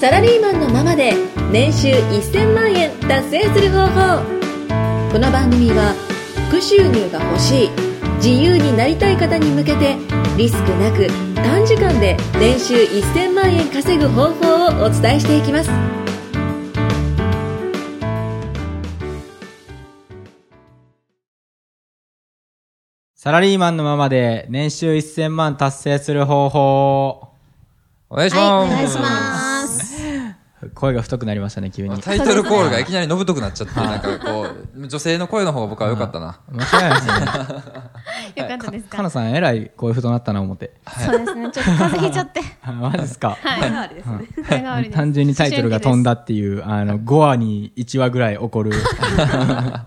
サラリーマンのままで年収1000万円達成する方法この番組は副収入が欲しい自由になりたい方に向けてリスクなく短時間で年収1000万円稼ぐ方法をお伝えしていきますサラリーマンのままで年収1000万達成する方法。お願いしはまい、す。お願いします。声が太くなりましたね、急に。あ申しタイトルコールがいきなりのぶとくなっちゃって、なんかこう、女性の声の方が僕は良かったな。訳ないですね。 よかったですかかなさん、えらい声太なったな、思って。そうですね、ちょっと風邪ひいちゃ って。あマジですか。はい。風が悪いです単純にタイトルが飛ん。 だっていう、あの、5話に1話ぐらい起こる。思春期です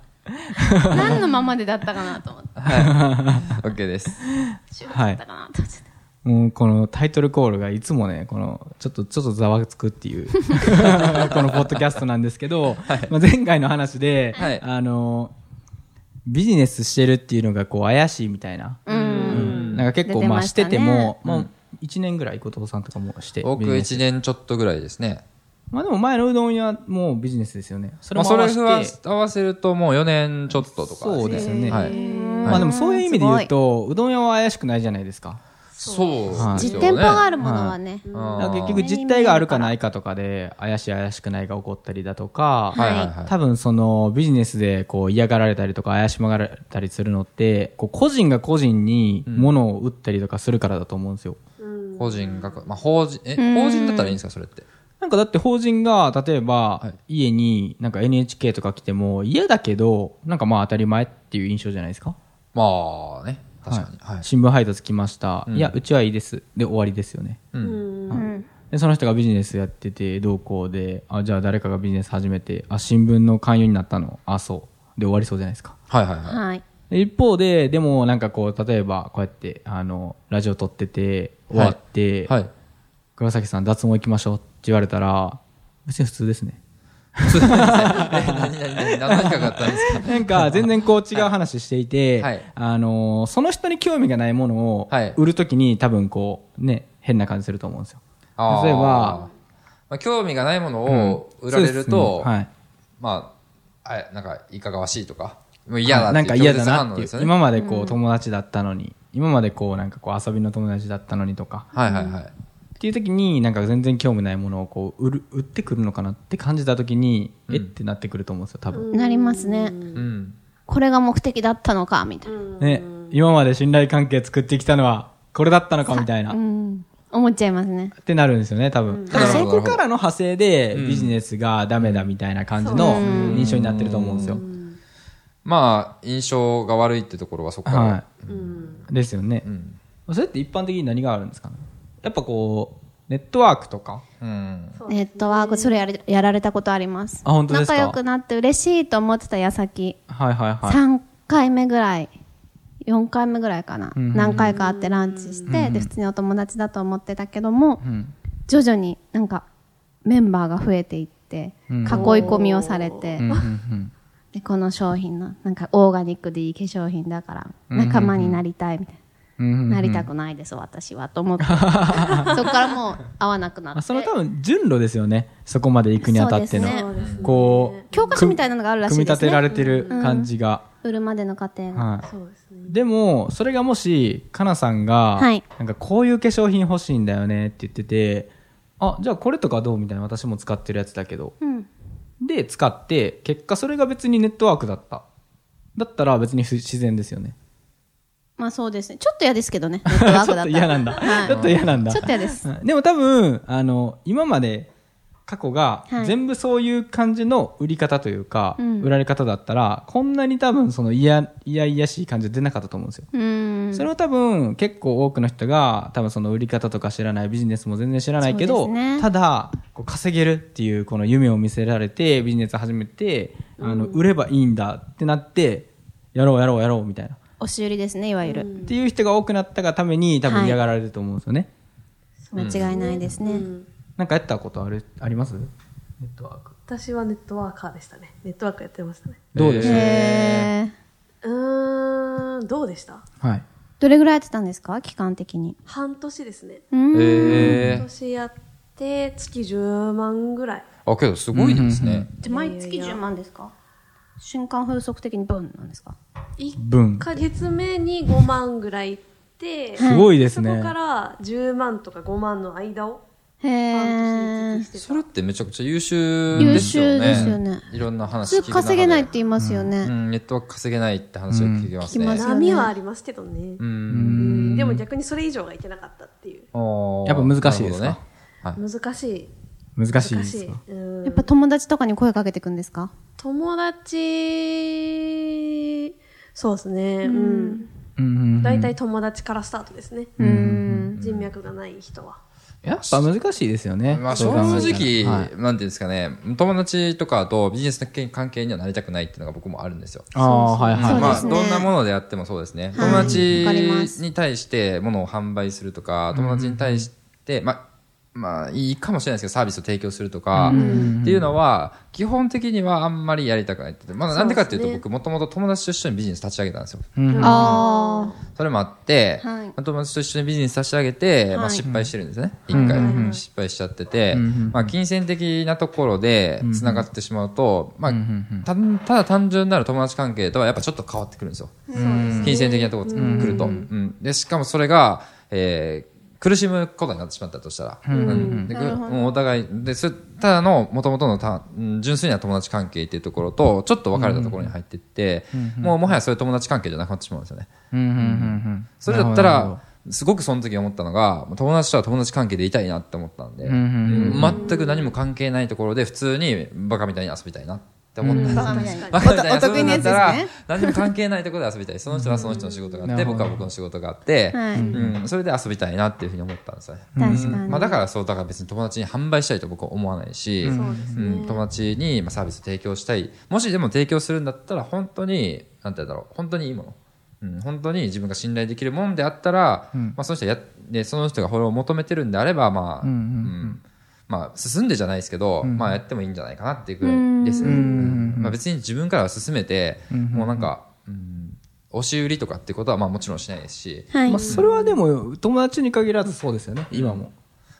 何のままでだったかなと思って。オッケーです。中学だったかなと思って。もう、このタイトルコールがいつもね、この、ちょっと、ちょっとざわつくって いう、このポッドキャストなんですけど、まあ、前回の話で、はいあの、ビジネスしてるっていうのが、こう、怪しいみたいな。うん。なんか結構出てまあまししてたねても、まあ1年ぐらい後藤さんとかもして。僕ビジネス1年ちょっとぐらいですね。まあでも前のうどん屋もビジネスですよね。それまあも合それわせて。は合わせるともう4年ちょっととか。そうですよね。はい。まあでもそういう意味で言うと、うどん屋は怪しくないじゃないですか。そうです実よね。店舗があるものはね。うんだから結局実態があるかないかとかで、怪しい怪しくないが起こったりだとか、はいはいはい多分そのビジネスでこう嫌がられたりとか怪しまがられたりするのって、こう個人が個人に物を売ったりとかするからだと思うんですよ。個人が、まあ法人、え、法人だったらいいんですか、それって。なんかだって法人が、例えばは、家になんか NHK とか来ても嫌だけど、なんかまあ当たり前っていう印象じゃないですか。まあね、確かに。はいはい。新聞配達来ました。うんいや、うちはいいです。で終わりですよね。うん。うん。で、その人がビジネスやってて、どうこうで、あ、じゃあ誰かがビジネス始めて、あ、新聞の勧誘になったの。あ、そう。で終わりそうじゃないですか。はいはいはい。はい。で一方で、でもなんかこう、例えばこうやって、あの、ラジオ撮ってて、終わって、はい。黒崎さん脱毛行きましょうって言われたら、別に普通です ね。すいませんえ何々何々何々かかったんですかなんか全然こう違う話していて、はいあのーその人に興味がないものをはい売るときに多分こうね、変な感じすると思うんですよ。あー例えば、まあ、興味がないものを売られるうんそうでと、すねはいまあ、あなんか、いかがわしいとか、もう嫌だってないんうか嫌だ拒絶反なっ応ていでうすよね。今までこう友達だったのに、今までこうなんかこう遊びの友達だったのにとか、はいはいはい。っていう時になんか全然興味ないものをこう売る、売ってくるのかなって感じた時に、えってなってくると思うんですよ、多分。なりますね。うん。これが目的だったのか、みたいな。ね、今まで信頼関係作ってきたのは、これだったのかみたいなう。ん。思っちゃいますね。ってなるんですよね、多分。ただなるそほどこからの派生でビジネスがダメだみたいな感じの印象になってると思うんですよ。まあ、印象が悪いってところはそこから。はい。ですよね。うん。それって一般的に何があるんですかねやっぱこう、ネットワークとか。うん。ネットワーク、それやれやられたことあります。あ本当ですか仲良くなって嬉しいと思ってた矢先。はいはいはい。 3回目ぐらい4回目ぐらいかな、何回か会ってランチして、で普通にお友達だと思ってたけども、ん徐々になんかメンバーが増えていって、ん囲い込みをされて、うんうんうんでこの商品のなんかオーガニックでいい化粧品だから仲間になりたいみたいうんうな。んうんなりたくないです、私はと思 ってそこからもう会わなくなってあその多分順路ですよね。そこまで行くにあたっての。そうですこう、教科書みたいなのがあるらしい組でみす立ねてられてる感じが。売るまでの過程が、はい。でも、それがもし、かなさんが、はいなんかこういう化粧品欲しいんだよねって言ってて、あ、じゃあこれとかどうみたいな、私も使ってるやつだけど。うん、で、使って、結果それが別にネットワークだった。だったら別に不自然ですよね。まあそうですねちょっと嫌ですけ どねネットワークちだょったっとら嫌なんだ。はいちょっと嫌なんだ。ちょっと嫌です。でも多分、あの、今まで、過去がはい全部そういう感じの売り方というか、うん売られ方だったら、こんなに多分そのいや、いやいやしい感じは出なかったと思うんですよ。うん。それは多分結構多くの人が多分その売り方とか知らないビジネスも全然知らないけそど、うですねただこう稼げるっていうこの夢を見せられてビジネス始めて、あの売ればいいんだってなってやろうやろうやろうみたいな、押し売りですね、いわゆる。っていう人が多くなったがために多分はい嫌がられると思うんですよね、間違いないですね。なんかやったことあるありますネットワーク私はネットワーカーでしたね。ネットワークやってましたね。どうでしへた、へーうーん、どうでしたはいどれぐらいやってたんですか期間的に。半年ですね。うん。え半年やっで、月10万ぐらい。あ、けどすごいですね。じゃあ毎月10万ですか瞬間風速的にブンなんですか分1ヶ月目に5万ぐらい行って、すごいですねそこから10万とか5万の間を、へえ。それってめちゃくちゃ優秀ですよね。優秀ですよねいろんな普話聞通く中で稼げないって言いますようね。ん、ネットワーク稼げないって話を聞きますね。うん聞きますよね波はありますけどね。うん。でも逆にそれ以上がいけなかったっていう。おーやっぱ難しいですかなるほどね。はい。難しい。難しいで難すしいか。うんやっぱ友達とかに声かけてくんですか友達、そうですね。うん。うんうんうん大体友達からスタートですね。うん。人脈がない人は。やっぱ難しいですよね。まあそ正う考えたら直、はいなんていうんですかね、友達とかとビジネスの関係にはなりたくないっていうのが僕もあるんですよ。ああ、はいはい。そまうであ、すねどんなものであってもそうですね。はい友わかりま達すに対して物を販売するとか、友達に対して、まあ、まあ、いいかもしれないですけど、サービスを提供するとか、っていうのは、基本的にはあんまりやりたくないって。まあ、なんでかっていうと、そうですね僕、もともと友達と一緒にビジネス立ち上げたんですよ。ああ。それもあって、はい友達と一緒にビジネス差し上げて、まはあ、い失敗してるんですね。一、回、失敗しちゃってて、んまあ、金銭的なところで繋がってしまうと、まあ、たただ単純なる友達関係とはやっぱちょっと変わってくるんですよ。金銭的なところ来ると、うんで。しかもそれが、えー苦しむことになってしまったとしたら、うんでなるほどもうお互い、で、それただの、もともとのた、うん純粋な友達関係っていうところと、ちょっと別れたところに入っていって、もうもはやそういう友達関係じゃなくなってしまうんですよね。うんうんうんうんそれだったなるほどら、すごくその時思ったのが、友達とは友達関係でいたいなって思ったんで、全く何も関係ないところで普通にバカみたいに遊びたいなって思ったんです。 バカみたいに遊ぶんだったお得意なやつらですね、何も関係ないところで遊びたい。その人はその人の仕事があっなて、るほど僕は僕の仕事があって、はいうんそれで遊びたいなっていうふうに思ったんですよね。確かに。まあ、だからそう、だから別に友達に販売したいと僕は思わないし、うん友達にまあサービスを提供したい。もしでも提供するんだったら、本当に、なんて言うんだろう、本当にいいもの。うん、本当に自分が信頼できるものであったら、まあ、その人や、で、その人がこれを求めてるんであれば、まあ、うんうんうんまあ、進んでじゃないですけど、まあ、やってもいいんじゃないかなっていうぐらいですね。うんうんまあ、別に自分からは進めて、もうなんか、うん、押し売りとかってことは、まあ、もちろんしないですし、はいまあ、。それはでも友達に限らずそうですよね今も、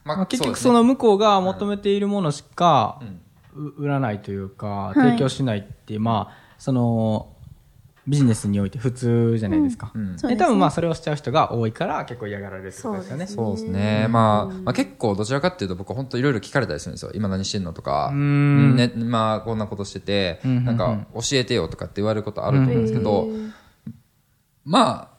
ままあ、結う局ですそねの向こうが求めているものしかんう売らないというかい提供しないって、まあそのビジネスにおいて普通じゃないですか、んそうでですね多分まあそれをしちゃう人が多いから結構嫌がられるってことですよねそうですね。まあ、まあ結構どちらかっていうと僕本当いろいろ聞かれたりするんですよ。今何してんのとか、んね、まあこんなことしてて、んうんうんなんか教えてよとかって言われることあると思うんですけど、ま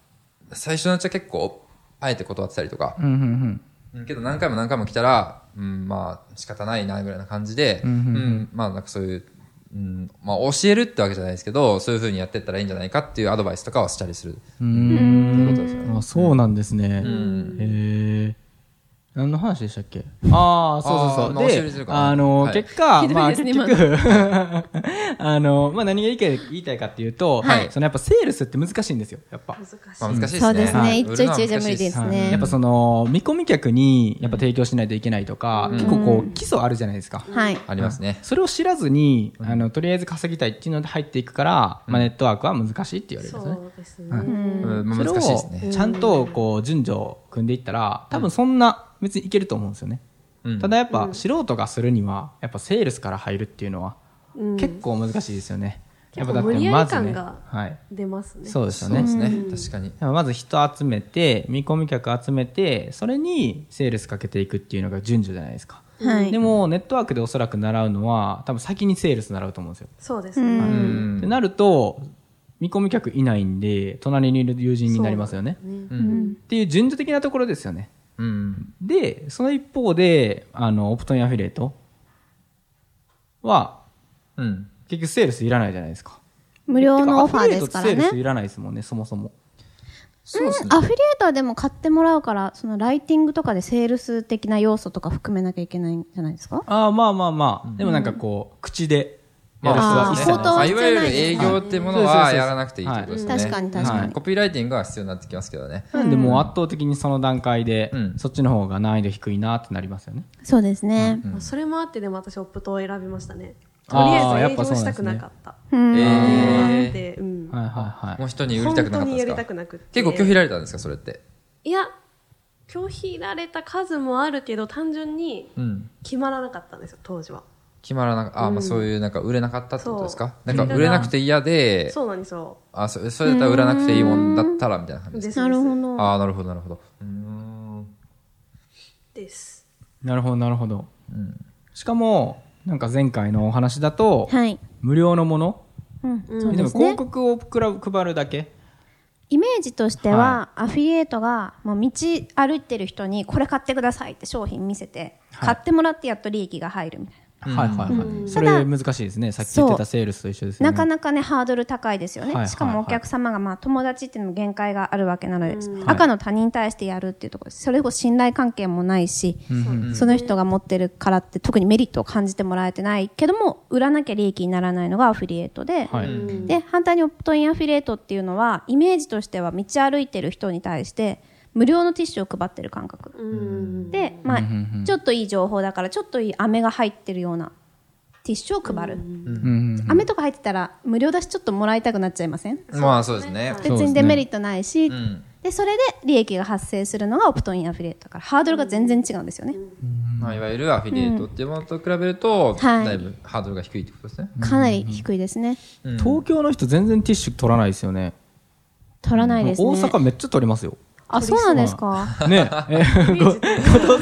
あ、最初のうちは結構、あえて断ってたりとか、うんうんうんうんけど何回も何回も来たら、うん、まあ仕方ないなぐらいな感じで、うんまあなんかそういう、うん、まあ教えるってわけじゃないですけど、そういうふうにやってったらいいんじゃないかっていうアドバイスとかはしたりする。っていうことですよね。あそうなんですね。へえ。何の話でしたっけああ、そうそうそう。あーまあ教えでてる、からあの、はい結果、ひどまあいです結ね局、 あの、まあ何が言いたい言いたいかっていうと、はいそのやっぱセールスって難しいんですよ、やっぱ。難しいまあ難しいですね。そうですはね。い一丁一丁じゃ無理ですはいね。やっぱその、見込み客にやっぱ提供しないといけないとか、結構こう、基礎あるじゃないですか。はい。ありますね。それを知らずに、あの、とりあえず稼ぎたいっていうので入っていくから、まあネットワークは難しいって言われるんそですよね。うですね。うん、まあそれ難しいですね。をちゃんとこう順序を組んでいったら多分そんな別にいけると思うんですよね、うんただやっぱ素人がするにはやっぱセールスから入るっていうのは結構難しいですよね、やっぱだってまずね結構無理やり感がはい出ますね。そうですよそうでねすね。確かに。まず人集めて見込み客集めてそれにセールスかけていくっていうのが順序じゃないですか、はい。でもネットワークでおそらく習うのは多分先にセールス習うと思うんですよそうですね。うんってなると見込み客いないんで隣にいる友人になりますよねっていう順序的なところですよねうん。でその一方であのオプトインアフィリエイトはうん。結局セールスいらないじゃないですか無料のオファーですかアフィリエイトってセらールねスい。らないですもんねそもそもそうですね。アフィリエイトはでも買ってもらうから、そのライティングとかでセールス的な要素とか含めなきゃいけないんじゃないですかああまあまあまあでもなんかこう口でやる必要はまあ、一ー切口ない頭まはあい必要わなゆるいですね営業ってものははいやらなくていいってことですね。確かに確かはにい。コピーライティングは必要になってきますけどね。なんでもう圧倒的にその段階でうんそっちの方が難易度低いなってなりますよねそうですね。まあそれもあってでも私オプトを選びましたね。とりあーあやえっず営ぱ業そうなんですねしたくなかった。うん。あっえてうんはいはいはいー。もう人にう売んりたくなかっ本当たにでやすりかたくなくて。結構拒否られたんですか、それって。いや、拒否られた数もあるけど、単純にうん。決まらなかったんですよ、当時は。決まらなかった。あ、まあそういう、なんか売れなかったってことですかそなうんか売れなくて嫌で、そうなんですよ。あ、そそれだったら売らなくていいもんだったら、みたいな感じです。ですなるほど。ああ、なるほど、なるほど。うーん。です。なるほど、なるほど。しかも、なんか前回のお話だと、はい。無料のもの、うん。うんそうででもす広ね。告をくら配るだけ。イメージとしては、アフィリエイトが、もう道歩いてる人に、これ買ってくださいって商品見せて、はい買ってもらってやっと利益が入るみたいな。はいはいはい。そたれだ難しいですね。さっき言ってそうたセールスと一緒ですよね。なかなかね、ハードル高いですよね。はいしかもお客様が、まあ、友達っていうのも限界があるわけなので、ん赤の他人に対してやるっていうところです。それ以降信頼関係もないし、その人が持ってるからって特にメリットを感じてもらえてないけども、売らなきゃ利益にならないのがアフィリエイトで、はい。で、反対にオプトインアフィリエイトっていうのは、イメージとしては道歩いてる人に対して、無料のティッシュを配ってる感覚。うん。で、まあ、ちょっといい情報だから、ちょっといい飴が入ってるようなティッシュを配る。うん飴とか入ってたら、無料だし、ちょっともらいたくなっちゃいませんまあそうですね。別にデメリットないし、うん。で、それで利益が発生するのがオプトインアフィリエイトだから、ハードルが全然違うんですよね。まあいわゆるアフィリエイトっていうものと比べると、はいだいぶハードルが低いってことですね。かなり低いですね。東京の人全然ティッシュ取らないですよね。取らない大ですね。阪めっちゃ取りますよ。あ、そうなんですか。ねえ。えご後藤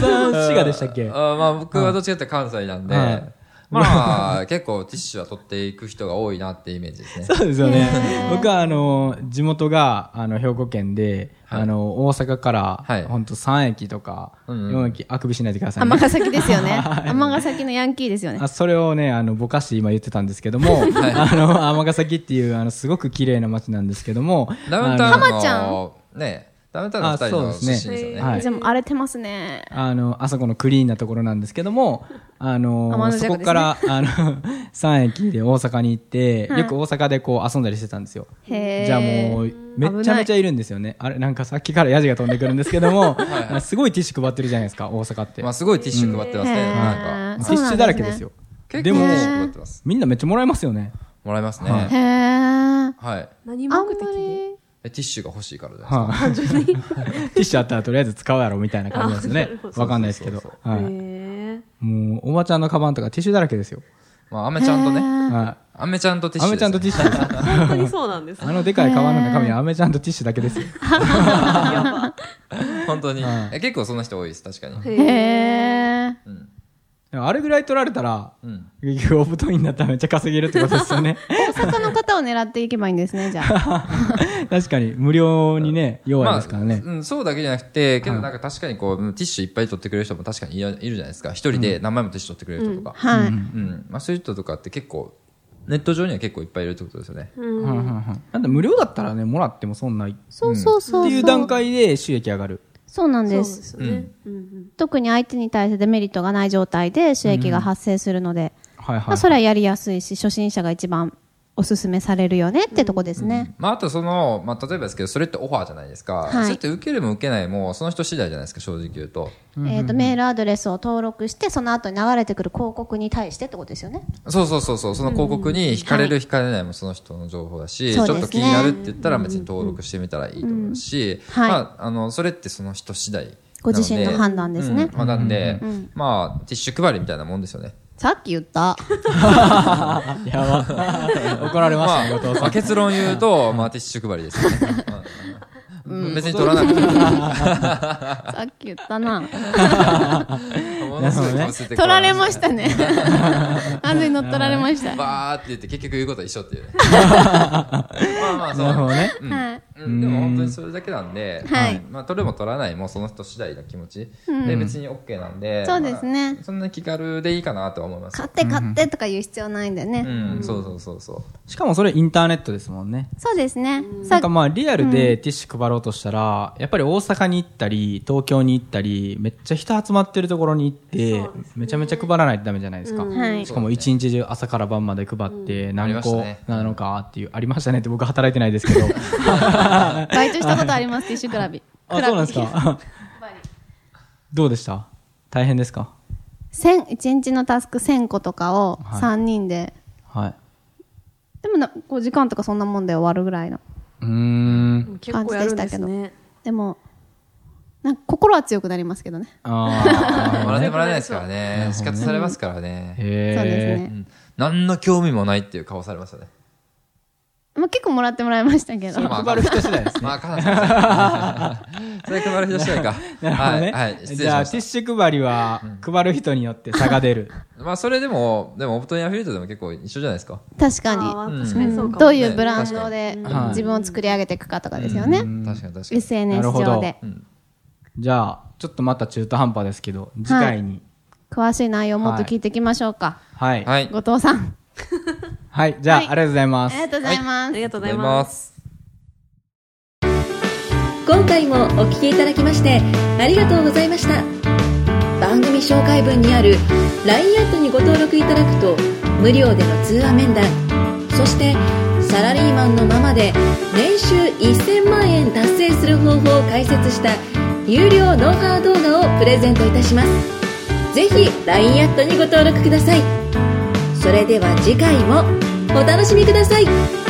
さん、滋賀でしたっけあーまあ僕はどっちかっていうと関西なんで、はいまあ 結構ティッシュは取っていく人が多いなってイメージですね。そうですよね。僕は、あの、地元が、あの、兵庫県で、はいあの、大阪から、はい本当3駅とか、うんうん4駅、あくびしないでくださいね、尼崎ですよね。尼崎のヤンキーですよねあ。それをね、あの、ぼかして今言ってたんですけども、あの、尼崎っていう、あの、すごく綺麗な街なんですけども、ダウンタウン浜ちゃんの、ね、ダウンタウンの二人あのそうで出身ですすねよえね。はいでも荒れてますね。あの、あそこのクリーンなところなんですけども、あの、天のそ邪こ鬼から、あの、3駅で大阪に行って、はいよく大阪でこう遊んだりしてたんですよ。へーじゃあもう、めっちゃめちゃいるんですよね。あれ、なんかさっきからヤジが飛んでくるんですけども、あのすごいティッシュ配ってるじゃないですか、大阪って。まあすごいティッシュ配ってますね。うんなんへか、テーィッシュだらけですよ。結構でティも、ッシュ配ってます。みんなめっちゃもらえますよね。もらえますはいへね。ー。はい。何あんま目的でり。えティッシュが欲しいからじゃないですか。はい ティッシュあったらとりあえず使うやろみたいな感じなんですよあなねるほ。どわかんないですけどそう。はいへもう、おばちゃんのカバンとかティッシュだらけですよ。まあ、アメちゃんとね。はアメちゃんとテい。ィッシアュメですね。ちゃんとティッシュです え。本当にそうなんです。あのでかいカバンの中身はアメちゃんとティッシュだけですよ。本当には。え結構そんな人多いです、確かに。へへえ。え。でもあれぐらい取られたら、うん。結局お布団になったらめっちゃ稼げるってことですよね。大阪の方を狙っていけばいいんですね、じゃ あ。確かに、無料にね、弱いですからね。まあうん、そうだけじゃなくて、けどなんか確かにこう、うんティッシュいっぱい取ってくれる人も確かにいるいるじゃないですか。一人で何枚もティッシュ取ってくれる人とか。はい。うん。まあそういう人とかって結構、ネット上には結構いっぱいいるってことですよね。うんうんうんなんで無料だったらね、もらってもそんない。っそうそうそうそう。ていう段階で収益上がる。そうなんそうで。ですすよね。うん特に相手に対してデメリットがない状態で収益が発生するので、はいまはあ、い。それはやりやすいし、初心者が一番おすすめされるよねってとこですね。まああとその、まあ例えばですけど、それってオファーじゃないですか。いそれって受けるも受けないも、その人次第じゃないですか、正直言うと。えっ、と、メールアドレスを登録して、その後に流れてくる広告に対してってことですよね。そうそうそうそう、その広告に惹かれはる惹かれないもその人の情報だし、そうちでょすねっと気になるって言ったら別に登録してみたらいいと思うし、うんはいまあ、あの、それってその人次第。ご自身の判断ですねうんまあ、なんで、んまあ、ティッシュ配りみたいなもんですよね。さっき 言った。やば。 怒られましたね、後まあ藤まさあ、ん。結論言うと、まあ、ティッシュ配りですよね。うん別に取らなくてさっき言ったな。も、ものすごい被せて取られました ね。完全に乗っ取られました。バーって言って結局言うことは一緒っていうね。まあまあ、そなるほどう。ね。うんはい。うんでも本当にそれだけなんで、はいまあ、取るも取らないもその人次第の気持ち、うんで別に OK なんで、そうですねまあそんな気軽でいいかなとは思います買って買ってとか言う必要ないんだよね。うん、そうそうそうそうしかもそれインターネットですもんね。そうですね。さなっんかまあリアルでティッシュ配ろうとしたら、やっぱり大阪に行ったり、東京に行ったり、めっちゃ人集まってるところに行って、めちゃめちゃ配らないとダメじゃないですか。んはいしかも一日中朝から晩まで配って、あり何ました個ねなのかっていう、ありましたねって僕働いてないですけ ど。バイトしたことあります、ティッシュクラビ。あ、そうなんです か。どうでした大変ですか千一日のタスク1000個とかをはい3人で、はい。でもな5時間とかそんなもんで終わるぐらいのうーん。うん。結構やるんですね。でもなんか心は強くなりますけどね。あもらあ。ってもらえないですからね。死活されますから へね。そうですえ。うん。何の興味もないっていう顔されましたね。まあ、結構もらってもらいましたけど。まあ配る人次第ですね。まあ、かなさん。それ配る人次第か。なるほはどい。ね。はい。失じ礼しゃあ、まティッしシュ配りは、配る人によって差が出 る。た。まあ、それでも、でも、オプトインアフィリエイトでも結構一緒じゃないですか。確かあに。ー確かにそうかも、どういうブランドでかに自分を作り上げていくかとかですよね。確かに確かに。 SNS なるほど上で。じゃあ、ちょっとまた中途半端ですけど、次回に。詳しい内容をもっと聞いていきましょうか。はい。はい。はい。ありがとう後藤さん。じゃあ、ありはいがとうございまあすり。がとうございます。ありがとうごござざいいまますす。今回もお聞きいただきましてありがとうございました番組紹介文にある LINE アットにご登録いただくと無料での通話面談そしてサラリーマンのままで年収1000万円達成する方法を解説した有料ノウハウ動画をプレゼントいたしますぜひ LINE アットにご登録くださいそれでは次回もお楽しみください